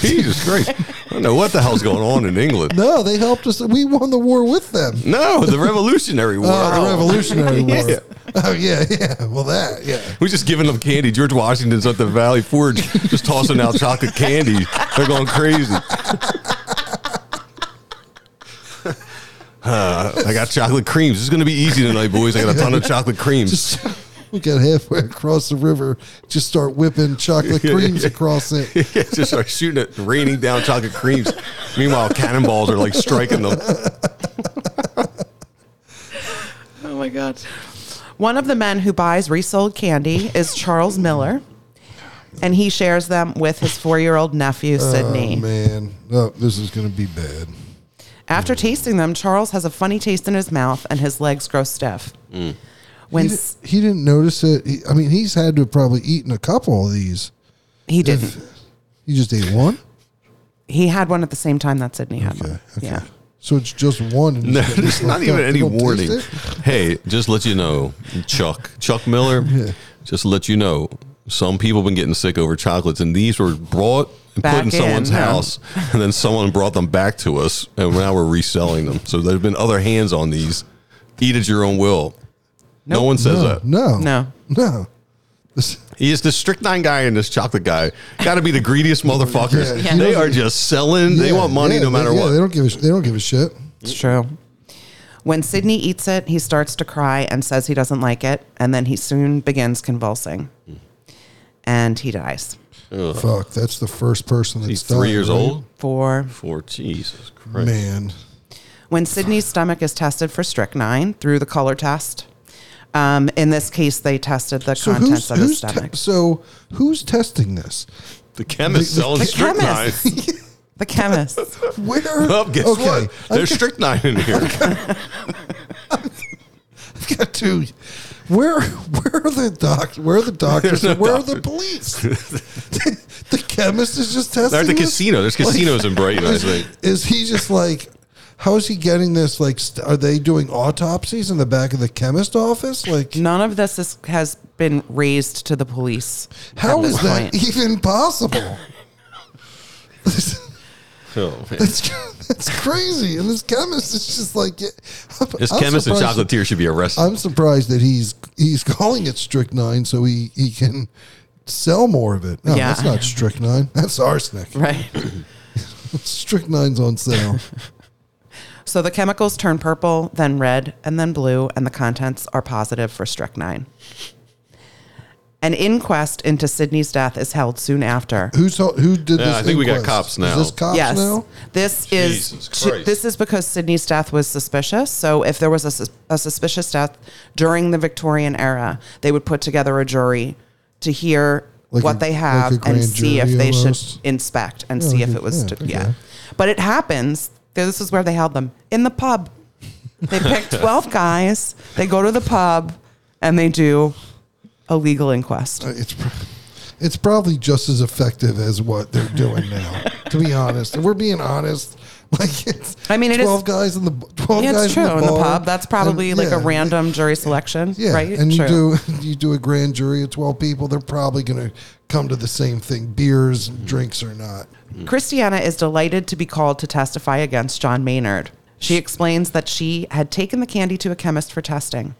Speaker 2: Jesus Christ. I don't know what the hell's going on in England.
Speaker 3: no, they helped us. We won the war with them.
Speaker 2: No, the Revolutionary War.
Speaker 3: Oh, the Revolutionary War. Oh yeah, yeah. Well, that yeah.
Speaker 2: We're just giving them candy. George Washington's at the Valley Forge just tossing out chocolate candy. They're going crazy. Uh, I got chocolate creams. This is going to be easy tonight, boys. I got a ton of chocolate creams.
Speaker 3: Just, we got halfway across the river, just start whipping chocolate creams across it.
Speaker 2: Yeah, just start shooting it, raining down chocolate creams. Meanwhile, cannonballs are like striking them.
Speaker 4: Oh my God. One of the men who buys resold candy is Charles Miller, and he shares them with his four year old nephew,
Speaker 3: Oh
Speaker 4: Sidney.
Speaker 3: man, oh, this is gonna be bad.
Speaker 4: After tasting them, Charles has a funny taste in his mouth and his legs grow stiff. When
Speaker 3: Mm. He,
Speaker 4: he,
Speaker 3: di- he didn't notice it. He, I mean, he's had to have probably eaten a couple of these.
Speaker 4: he didn't,
Speaker 3: He just ate one.
Speaker 4: he had one at the same time that Sidney had one. Yeah.
Speaker 3: So it's just one. And
Speaker 2: No,
Speaker 3: he's getting
Speaker 2: there's not
Speaker 3: fucked up.
Speaker 2: even
Speaker 3: They
Speaker 2: any
Speaker 3: don't taste
Speaker 2: warning.
Speaker 3: it?
Speaker 2: Hey, just let you know, Chuck, Chuck Miller, just to let you know, some people been getting sick over chocolates, and these were brought and
Speaker 4: Back
Speaker 2: put in someone's
Speaker 4: in, huh?
Speaker 2: house, and then someone brought them back to us, and now we're reselling them. So there's been other hands on these. Eat at your own will. No one says
Speaker 3: No,
Speaker 2: that.
Speaker 3: no,
Speaker 4: No.
Speaker 3: no. This-
Speaker 2: He is the strychnine guy and this chocolate guy. Got to be the greediest motherfuckers.
Speaker 3: Yeah.
Speaker 2: They are just selling. they
Speaker 3: yeah,
Speaker 2: want money
Speaker 3: yeah,
Speaker 2: no
Speaker 3: they-
Speaker 2: matter
Speaker 3: yeah,
Speaker 2: what.
Speaker 3: They don't give a. sh- They don't give a shit.
Speaker 4: It's true. When Sidney eats it, he starts to cry and says he doesn't like it, and then he soon begins convulsing. And he dies.
Speaker 3: Fuck. That's the first person that's
Speaker 2: He's three
Speaker 3: done it,
Speaker 2: years
Speaker 3: right?
Speaker 2: old.
Speaker 4: For
Speaker 2: Four. Jesus Christ.
Speaker 3: Man,
Speaker 4: When Sydney's stomach is tested for strychnine through the color test, Um, in this case, they tested the
Speaker 3: So who's,
Speaker 4: contents of his
Speaker 3: who's te-
Speaker 4: stomach.
Speaker 3: so who's testing this?
Speaker 2: The chemist selling
Speaker 4: the
Speaker 2: strychnine.
Speaker 4: chemist. the chemist.
Speaker 3: Where?
Speaker 2: Well, guess
Speaker 3: okay,
Speaker 2: what? There's
Speaker 3: I've got,
Speaker 2: strychnine in here.
Speaker 3: I've got to. Where? Where are the doc? Where are the
Speaker 2: There's
Speaker 3: doctors?
Speaker 2: no
Speaker 3: and where are the
Speaker 2: doctor.
Speaker 3: police? the chemist is just testing.
Speaker 2: They're at the
Speaker 3: this?
Speaker 2: casino. There's casinos in Brighton, I think.
Speaker 3: Is he just like? How is he getting this? Like, st- are they doing autopsies in the back of the chemist office? Like,
Speaker 4: None of this is, has been raised to the police. at
Speaker 3: how
Speaker 4: this
Speaker 3: is that
Speaker 4: point.
Speaker 3: even possible?
Speaker 2: Oh, man.
Speaker 3: That's that's crazy. And this chemist is just like yeah, I'm-
Speaker 2: This
Speaker 3: I'm
Speaker 2: chemist and
Speaker 3: surprised-
Speaker 2: chocolatier should be arrested.
Speaker 3: I'm surprised that he's he's calling it strychnine so he he can sell more of it. No,
Speaker 4: Yeah.
Speaker 3: that's not strychnine. That's arsenic.
Speaker 4: Right.
Speaker 3: Strychnine's on sale.
Speaker 4: So the chemicals turn purple, then red, and then blue, and the contents are positive for strychnine. An inquest into Sydney's death is held soon after.
Speaker 3: Who's who did
Speaker 2: Yeah,
Speaker 3: this?
Speaker 2: I think we got
Speaker 3: inquest?
Speaker 2: cops now.
Speaker 3: Is this cops
Speaker 4: yes.
Speaker 3: now?
Speaker 4: This
Speaker 2: Jesus
Speaker 4: is to-
Speaker 2: Christ.
Speaker 4: this is because Sydney's death was suspicious. So if there was a, sus- a suspicious death during the Victorian era, they would put together a jury to hear
Speaker 3: Like
Speaker 4: what
Speaker 3: a-
Speaker 4: they have
Speaker 3: like a
Speaker 4: and
Speaker 3: grand
Speaker 4: see if
Speaker 3: jury
Speaker 4: they
Speaker 3: almost?
Speaker 4: should inspect and see
Speaker 3: like a-
Speaker 4: if it was
Speaker 3: yeah,
Speaker 4: yeah,
Speaker 3: okay.
Speaker 4: yeah. But it happens. This is where they held them in the pub. They pick 12 guys. They go to the pub and they do a legal inquest.
Speaker 3: Uh, It's pro- it's probably just as effective as what they're doing now. to be honest, if we're being honest. Like it's
Speaker 4: I mean, it is-
Speaker 3: twelve guys in the b- twelve
Speaker 4: Yeah,
Speaker 3: guys
Speaker 4: it's true.
Speaker 3: in the,
Speaker 4: in the
Speaker 3: bar,
Speaker 4: pub, that's probably
Speaker 3: and-
Speaker 4: like
Speaker 3: yeah,
Speaker 4: a random jury selection,
Speaker 3: Yeah,
Speaker 4: right?
Speaker 3: and
Speaker 4: True.
Speaker 3: you do you do a grand jury of twelve people. They're probably going to come to the same thing, beers, drinks or not.
Speaker 4: Christiana is delighted to be called to testify against John Maynard. She explains that she had taken the candy to a chemist for testing.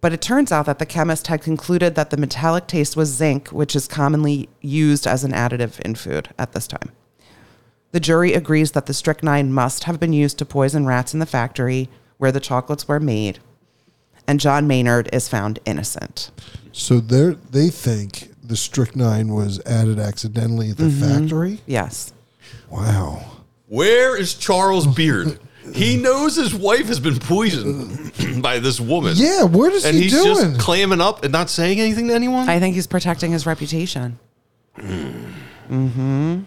Speaker 4: But it turns out that the chemist had concluded that the metallic taste was zinc, which is commonly used as an additive in food at this time. The jury agrees that the strychnine must have been used to poison rats in the factory where the chocolates were made. And John Maynard is found innocent.
Speaker 3: So they they think the strychnine was added accidentally at the
Speaker 4: Mm-hmm.
Speaker 3: factory.
Speaker 4: Yes.
Speaker 3: Wow.
Speaker 2: Where is Charles Beard? He knows his wife has been poisoned by this woman.
Speaker 3: Yeah, what is
Speaker 2: and
Speaker 3: he
Speaker 2: he's
Speaker 3: doing?
Speaker 2: just clamming up and not saying anything to anyone.
Speaker 4: I think he's protecting his reputation. hmm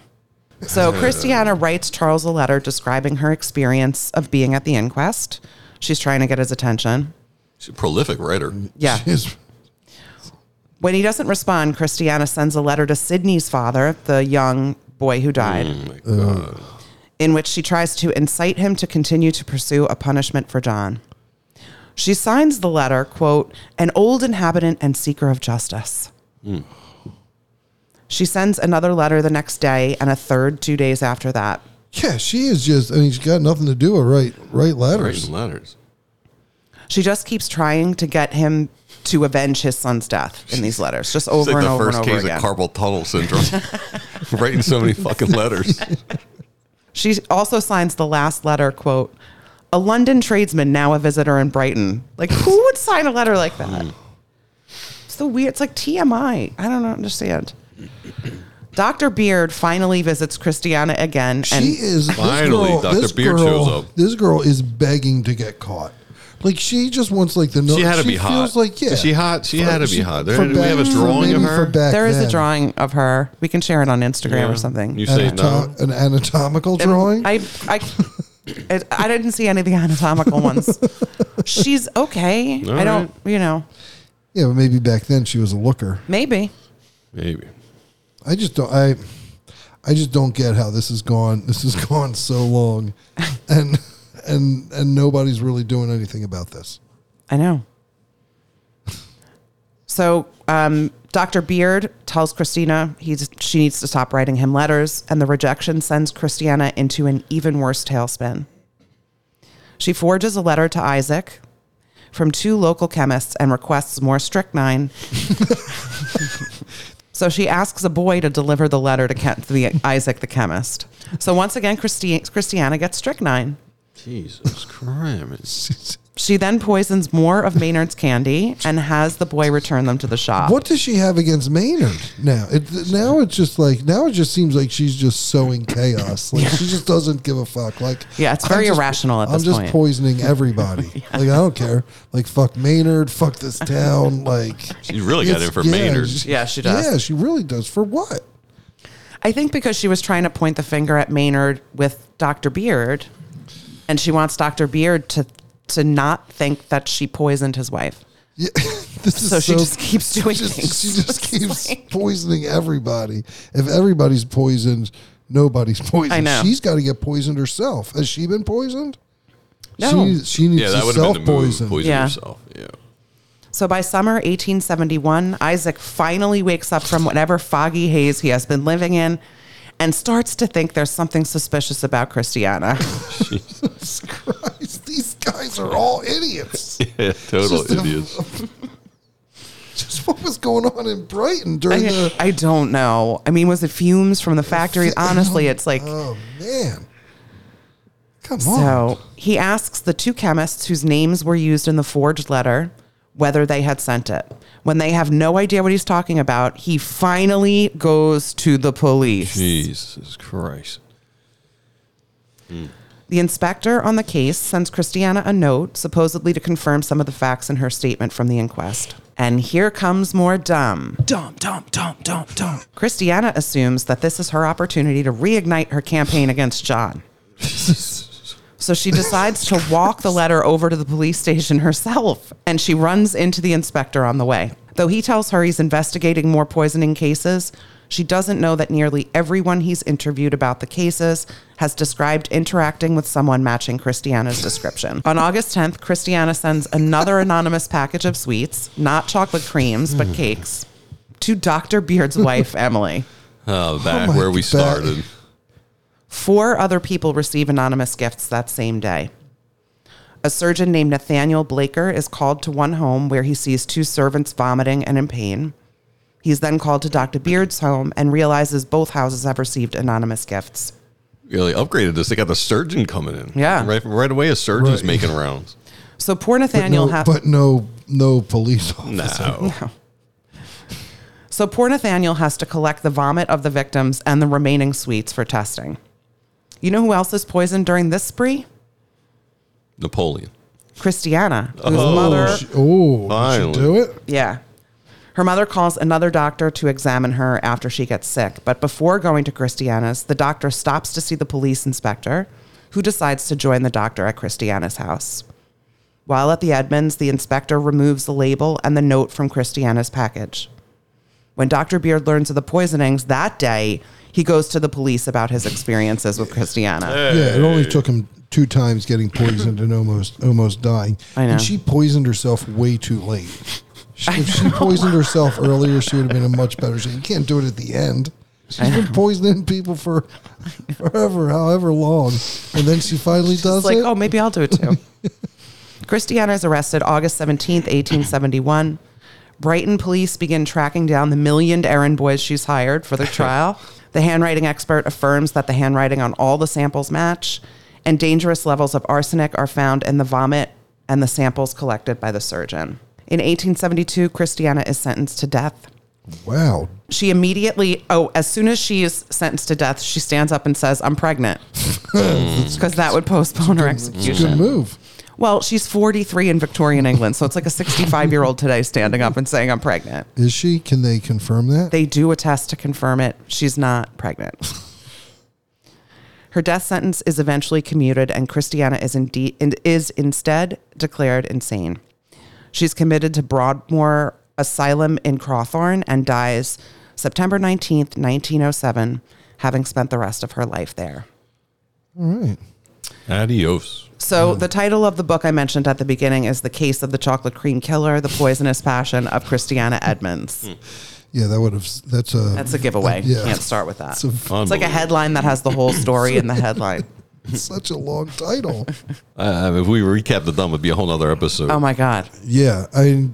Speaker 4: So Christiana writes Charles a letter describing her experience of being at the inquest. She's trying to get his attention.
Speaker 2: She's a prolific writer.
Speaker 4: Yeah.
Speaker 3: Jeez.
Speaker 4: When he doesn't respond, Christiana sends a letter to Sydney's father, the young boy who died,
Speaker 2: Mm,
Speaker 4: in which she tries to incite him to continue to pursue a punishment for John. She signs the letter, quote, an old inhabitant and seeker of justice.
Speaker 2: Mm.
Speaker 4: She sends another letter the next day and a third two days after that.
Speaker 3: yeah, she is just. I mean, she's got nothing to do. But write write letters.
Speaker 2: Writing letters.
Speaker 4: She just keeps trying to get him to avenge his son's death in these letters, just
Speaker 2: It's
Speaker 4: over
Speaker 2: like
Speaker 4: and
Speaker 2: the
Speaker 4: over
Speaker 2: first
Speaker 4: and over
Speaker 2: case
Speaker 4: again.
Speaker 2: of carpal tunnel syndrome. Writing so many fucking letters.
Speaker 4: She also signs the last letter, quote, a London tradesman, now a visitor in Brighton. Like, who would sign a letter like
Speaker 3: Hmm.
Speaker 4: that? It's the weird, it's like TMI. I don't understand. Dr. Beard finally visits Christiana again.
Speaker 3: She
Speaker 4: and
Speaker 3: is this
Speaker 2: Finally,
Speaker 3: girl-
Speaker 2: Dr.
Speaker 3: This
Speaker 2: Beard
Speaker 3: girl,
Speaker 2: shows up.
Speaker 3: This girl is begging to get caught. Like she just wants like the no.
Speaker 2: She had to be hot.
Speaker 3: Feels like yeah,
Speaker 2: She hot- she had to be hot. There-
Speaker 3: for
Speaker 2: do we have a
Speaker 3: for
Speaker 2: drawing of
Speaker 3: maybe
Speaker 2: her?
Speaker 3: for back
Speaker 4: there is
Speaker 3: then.
Speaker 4: a drawing of her. We can share it on Instagram or something.
Speaker 2: You say
Speaker 3: Anato-
Speaker 2: no.
Speaker 3: an anatomical
Speaker 4: And
Speaker 3: drawing.
Speaker 4: I, I, it, I didn't see any of the anatomical ones. She's okay.
Speaker 2: All
Speaker 4: I don't, you know,
Speaker 3: yeah, but maybe back then she was a looker.
Speaker 4: maybe.
Speaker 2: Maybe.
Speaker 3: I just don't. I I just don't get how this has gone. This has gone so long, and and and nobody's really doing anything about this.
Speaker 4: I know. So, um, Dr. Beard tells Christina he's, she needs to stop writing him letters, and the rejection sends Christiana into an even worse tailspin. She forges a letter to Isaac from two local chemists and requests more strychnine. so she asks a boy to deliver the letter to, Ke- to the Isaac the chemist. So once again, Christi- Christiana gets strychnine.
Speaker 2: Jesus Christ.
Speaker 4: She then poisons more of Maynard's candy and has the boy return them to the shop.
Speaker 3: What does she have against Maynard now? It, now it's just like now it just seems like she's just sowing chaos. Like she just doesn't give a fuck. Like
Speaker 4: Yeah, it's
Speaker 3: I'm
Speaker 4: very
Speaker 3: just-
Speaker 4: irrational at
Speaker 3: I'm
Speaker 4: this
Speaker 3: just
Speaker 4: point.
Speaker 3: poisoning everybody. Like I don't care. Like fuck Maynard. Fuck this town. Like
Speaker 2: She really got
Speaker 3: it's-
Speaker 2: it for
Speaker 3: yeah,
Speaker 2: Maynard.
Speaker 3: she-
Speaker 4: Yeah, she does.
Speaker 3: Yeah, she really does. For what?
Speaker 4: I think because she was trying to point the finger at Maynard with Dr. Beard, and she wants Dr. Beard to to not think that she poisoned his wife.
Speaker 3: Yeah, this is
Speaker 4: So she just keeps
Speaker 3: she
Speaker 4: doing
Speaker 3: just-
Speaker 4: things.
Speaker 3: She just
Speaker 4: It's
Speaker 3: keeps
Speaker 4: like-
Speaker 3: poisoning everybody. If everybody's poisoned, nobody's poisoned.
Speaker 4: I know.
Speaker 3: She's got to get poisoned herself. Has she been poisoned?
Speaker 4: No.
Speaker 3: She, she needs
Speaker 2: Yeah,
Speaker 3: to
Speaker 2: that would have
Speaker 3: self
Speaker 2: been the move.
Speaker 3: poison.
Speaker 2: Poison
Speaker 4: Yeah.
Speaker 2: yourself. Yeah.
Speaker 4: So by summer 1871, Isaac finally wakes up from whatever foggy haze he has been living in and starts to think there's something suspicious about Christiana.
Speaker 3: Jesus Christ, these guys are all idiots.
Speaker 2: yeah total
Speaker 3: Just a-
Speaker 2: idiots.
Speaker 3: Just what was going on in Brighton during
Speaker 4: I,
Speaker 3: the.
Speaker 4: I don't know. I mean, was it fumes from the factory? Honestly, it's like
Speaker 3: Oh, man. Come on.
Speaker 4: So he asks the two chemists whose names were used in the forged letter whether they had sent it. When they have no idea what he's talking about, he finally goes to the police.
Speaker 2: Jesus Christ.
Speaker 4: The inspector on the case sends Christiana a note, supposedly to confirm some of the facts in her statement from the inquest. And here comes more dumb.
Speaker 6: Dump, dump, dump, dump, dump.
Speaker 4: Christiana assumes that this is her opportunity to reignite her campaign against John. So she decides to walk the letter over to the police station herself, and she runs into the inspector on the way. Though he tells her he's investigating more poisoning cases, she doesn't know that nearly everyone he's interviewed about the cases has described interacting with someone matching Christiana's description. On August 10th, Christiana sends another anonymous package of sweets, not chocolate creams, but cakes, to Dr. Beard's wife, Emily.
Speaker 2: Oh, back
Speaker 3: my
Speaker 2: where we
Speaker 3: God.
Speaker 2: started.
Speaker 4: Four other people receive anonymous gifts that same day. A surgeon named Nathaniel Blaker is called to one home where he sees two servants vomiting and in pain. He's then called to Dr. Beard's home and realizes both houses have received anonymous gifts.
Speaker 2: Really upgraded this. They got the surgeon coming in.
Speaker 4: Yeah.
Speaker 2: Right, right away, a surgeon's
Speaker 3: Right.
Speaker 2: making rounds.
Speaker 4: So poor
Speaker 3: But
Speaker 4: Nathaniel
Speaker 3: no,
Speaker 4: has
Speaker 3: but no, no police officer.
Speaker 2: No.
Speaker 4: so poor Nathaniel has to collect the vomit of the victims and the remaining sweets for testing. You know who else is poisoned during this spree?
Speaker 2: Napoleon.
Speaker 4: Christiana, whose mother
Speaker 3: Oh,
Speaker 2: Finally.
Speaker 3: did she do it?
Speaker 4: Yeah. Her mother calls another doctor to examine her after she gets sick. But before going to Christiana's, the doctor stops to see the police inspector, who decides to join the doctor at Christiana's house. While at the Edmonds, the inspector removes the label and the note from Christiana's package. When Dr. Beard learns of the poisonings that day, he goes to the police about his experiences with Christiana.
Speaker 3: Yeah, it only took him two times getting poisoned and almost almost dying.
Speaker 4: I know.
Speaker 3: And she poisoned herself way too late. She, if she poisoned herself earlier, she would have been in much better shape. You can't do it at the end. She's been poisoning people for forever, however long, and then she finally does
Speaker 4: It's like,
Speaker 3: it.
Speaker 4: oh, maybe I'll do it too. Christiana is arrested August 17th, 1871. Brighton police begin tracking down the millioned errand boys she's hired for the trial. the handwriting expert affirms that the handwriting on all the samples match, and dangerous levels of arsenic are found in the vomit and the samples collected by the surgeon. In 1872, Christiana is sentenced to death.
Speaker 3: wow,
Speaker 4: She immediately, oh, as soon as she is sentenced to death, she stands up and says, I'm pregnant. Because that would postpone her execution.
Speaker 3: good move.
Speaker 4: Well, she's 43 in Victorian England, so it's like a 65 year old today standing up and saying, I'm pregnant.
Speaker 3: Is she? Can they confirm that?
Speaker 4: They do a test to confirm it. She's not pregnant. Her death sentence is eventually commuted, and Christiana is, indeed, and is instead declared insane. She's committed to Broadmoor Asylum in Cawthorne and dies September 19th, 1907, having spent the rest of her life there.
Speaker 3: All right.
Speaker 2: Adios.
Speaker 4: So the title of the book I mentioned at the beginning is "The Case of the Chocolate Cream Killer: The Poisonous Passion of Christiana
Speaker 2: Hmm.
Speaker 4: Edmonds."
Speaker 3: Yeah, that would have. That's a. uh,
Speaker 4: That's a giveaway.
Speaker 3: Yeah.
Speaker 4: Can't start with that.
Speaker 3: It's
Speaker 4: It's,
Speaker 3: a-
Speaker 4: like a headline that has the whole story in the headline.
Speaker 3: Such a long title.
Speaker 2: I mean, Uh, if we recap the dumb, it'd be a whole nother episode.
Speaker 4: Oh my god,
Speaker 3: Yeah, I.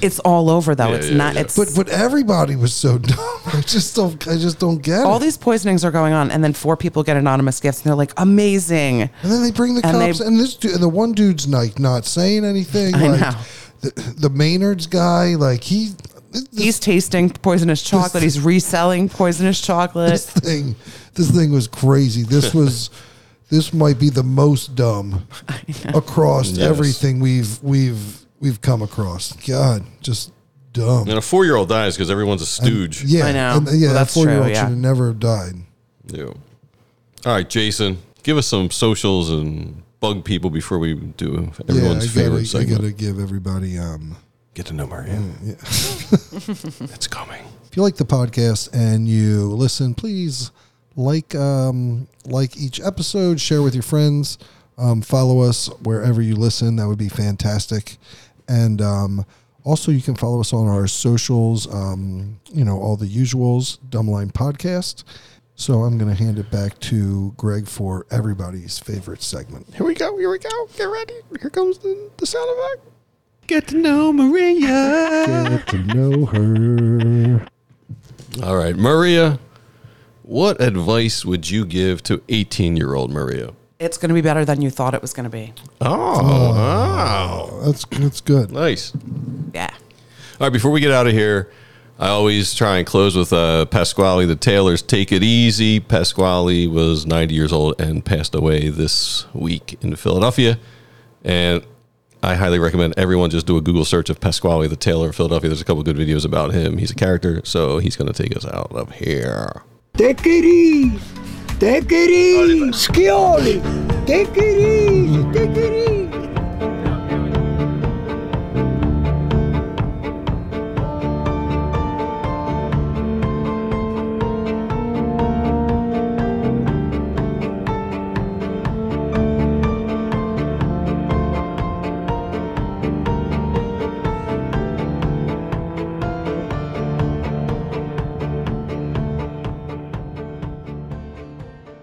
Speaker 4: it's all over though.
Speaker 2: Yeah,
Speaker 4: it's
Speaker 2: yeah,
Speaker 4: not.
Speaker 2: yeah.
Speaker 4: It's
Speaker 3: But but everybody was so dumb. I just don't. I just don't get
Speaker 4: all
Speaker 3: it.
Speaker 4: these poisonings are going on, and then four people get anonymous gifts, and they're like, amazing.
Speaker 3: and then they bring the
Speaker 4: and they-
Speaker 3: cops, and this dude, and the one dude's like not saying anything.
Speaker 4: I
Speaker 3: like,
Speaker 4: know.
Speaker 3: The, the Maynard's guy, like he, this,
Speaker 4: He's tasting poisonous chocolate. He's reselling poisonous
Speaker 3: this
Speaker 4: chocolate.
Speaker 3: thing, this thing was crazy. This was, this might be the most dumb across
Speaker 2: Yes.
Speaker 3: everything we've we've we've come across. God, just dumb.
Speaker 2: and a four year old dies because everyone's a stooge.
Speaker 3: Yeah,
Speaker 4: I know.
Speaker 3: and- yeah,
Speaker 4: Well,
Speaker 3: that
Speaker 4: that's true,
Speaker 3: four-year-old
Speaker 4: yeah.
Speaker 3: should have never died.
Speaker 2: Yeah. All right, Jason, give us some socials and bug people before we do
Speaker 3: Yeah, I
Speaker 2: everyone's favorite
Speaker 3: gotta, I
Speaker 2: segment.
Speaker 3: gotta give everybody. Um,
Speaker 2: Get to know Marianne. it's coming.
Speaker 3: if you like the podcast and you listen, please like um, like each episode, share with your friends, um, follow us wherever you listen. That would be fantastic. And um, also, you can follow us on our socials. Um, you know all the usuals, Dumbline Podcast. So I'm going to hand it back to Greg for everybody's favorite segment.
Speaker 2: Here we go. Here we go. Get ready. Here comes the, the sound effect.
Speaker 3: Get to know her.
Speaker 2: All right, Maria, what advice would you give to 18 year old Maria?
Speaker 4: It's going to be better than you thought it was going to be.
Speaker 2: Oh, wow.
Speaker 3: That's that's good.
Speaker 2: Nice.
Speaker 4: Yeah.
Speaker 2: All right, before we get out of here, I always try and close with uh, Pasquale the Taylor's Take It Easy. Pasquale was 90 years old and passed away this week in Philadelphia. And I highly recommend everyone just do a Google search of Pasquale the Taylor of Philadelphia. There's a couple good videos about him. He's a character, so he's going to take us out of here.
Speaker 7: Take it easy. Take it easy. Schioli. Take it easy. Take it easy.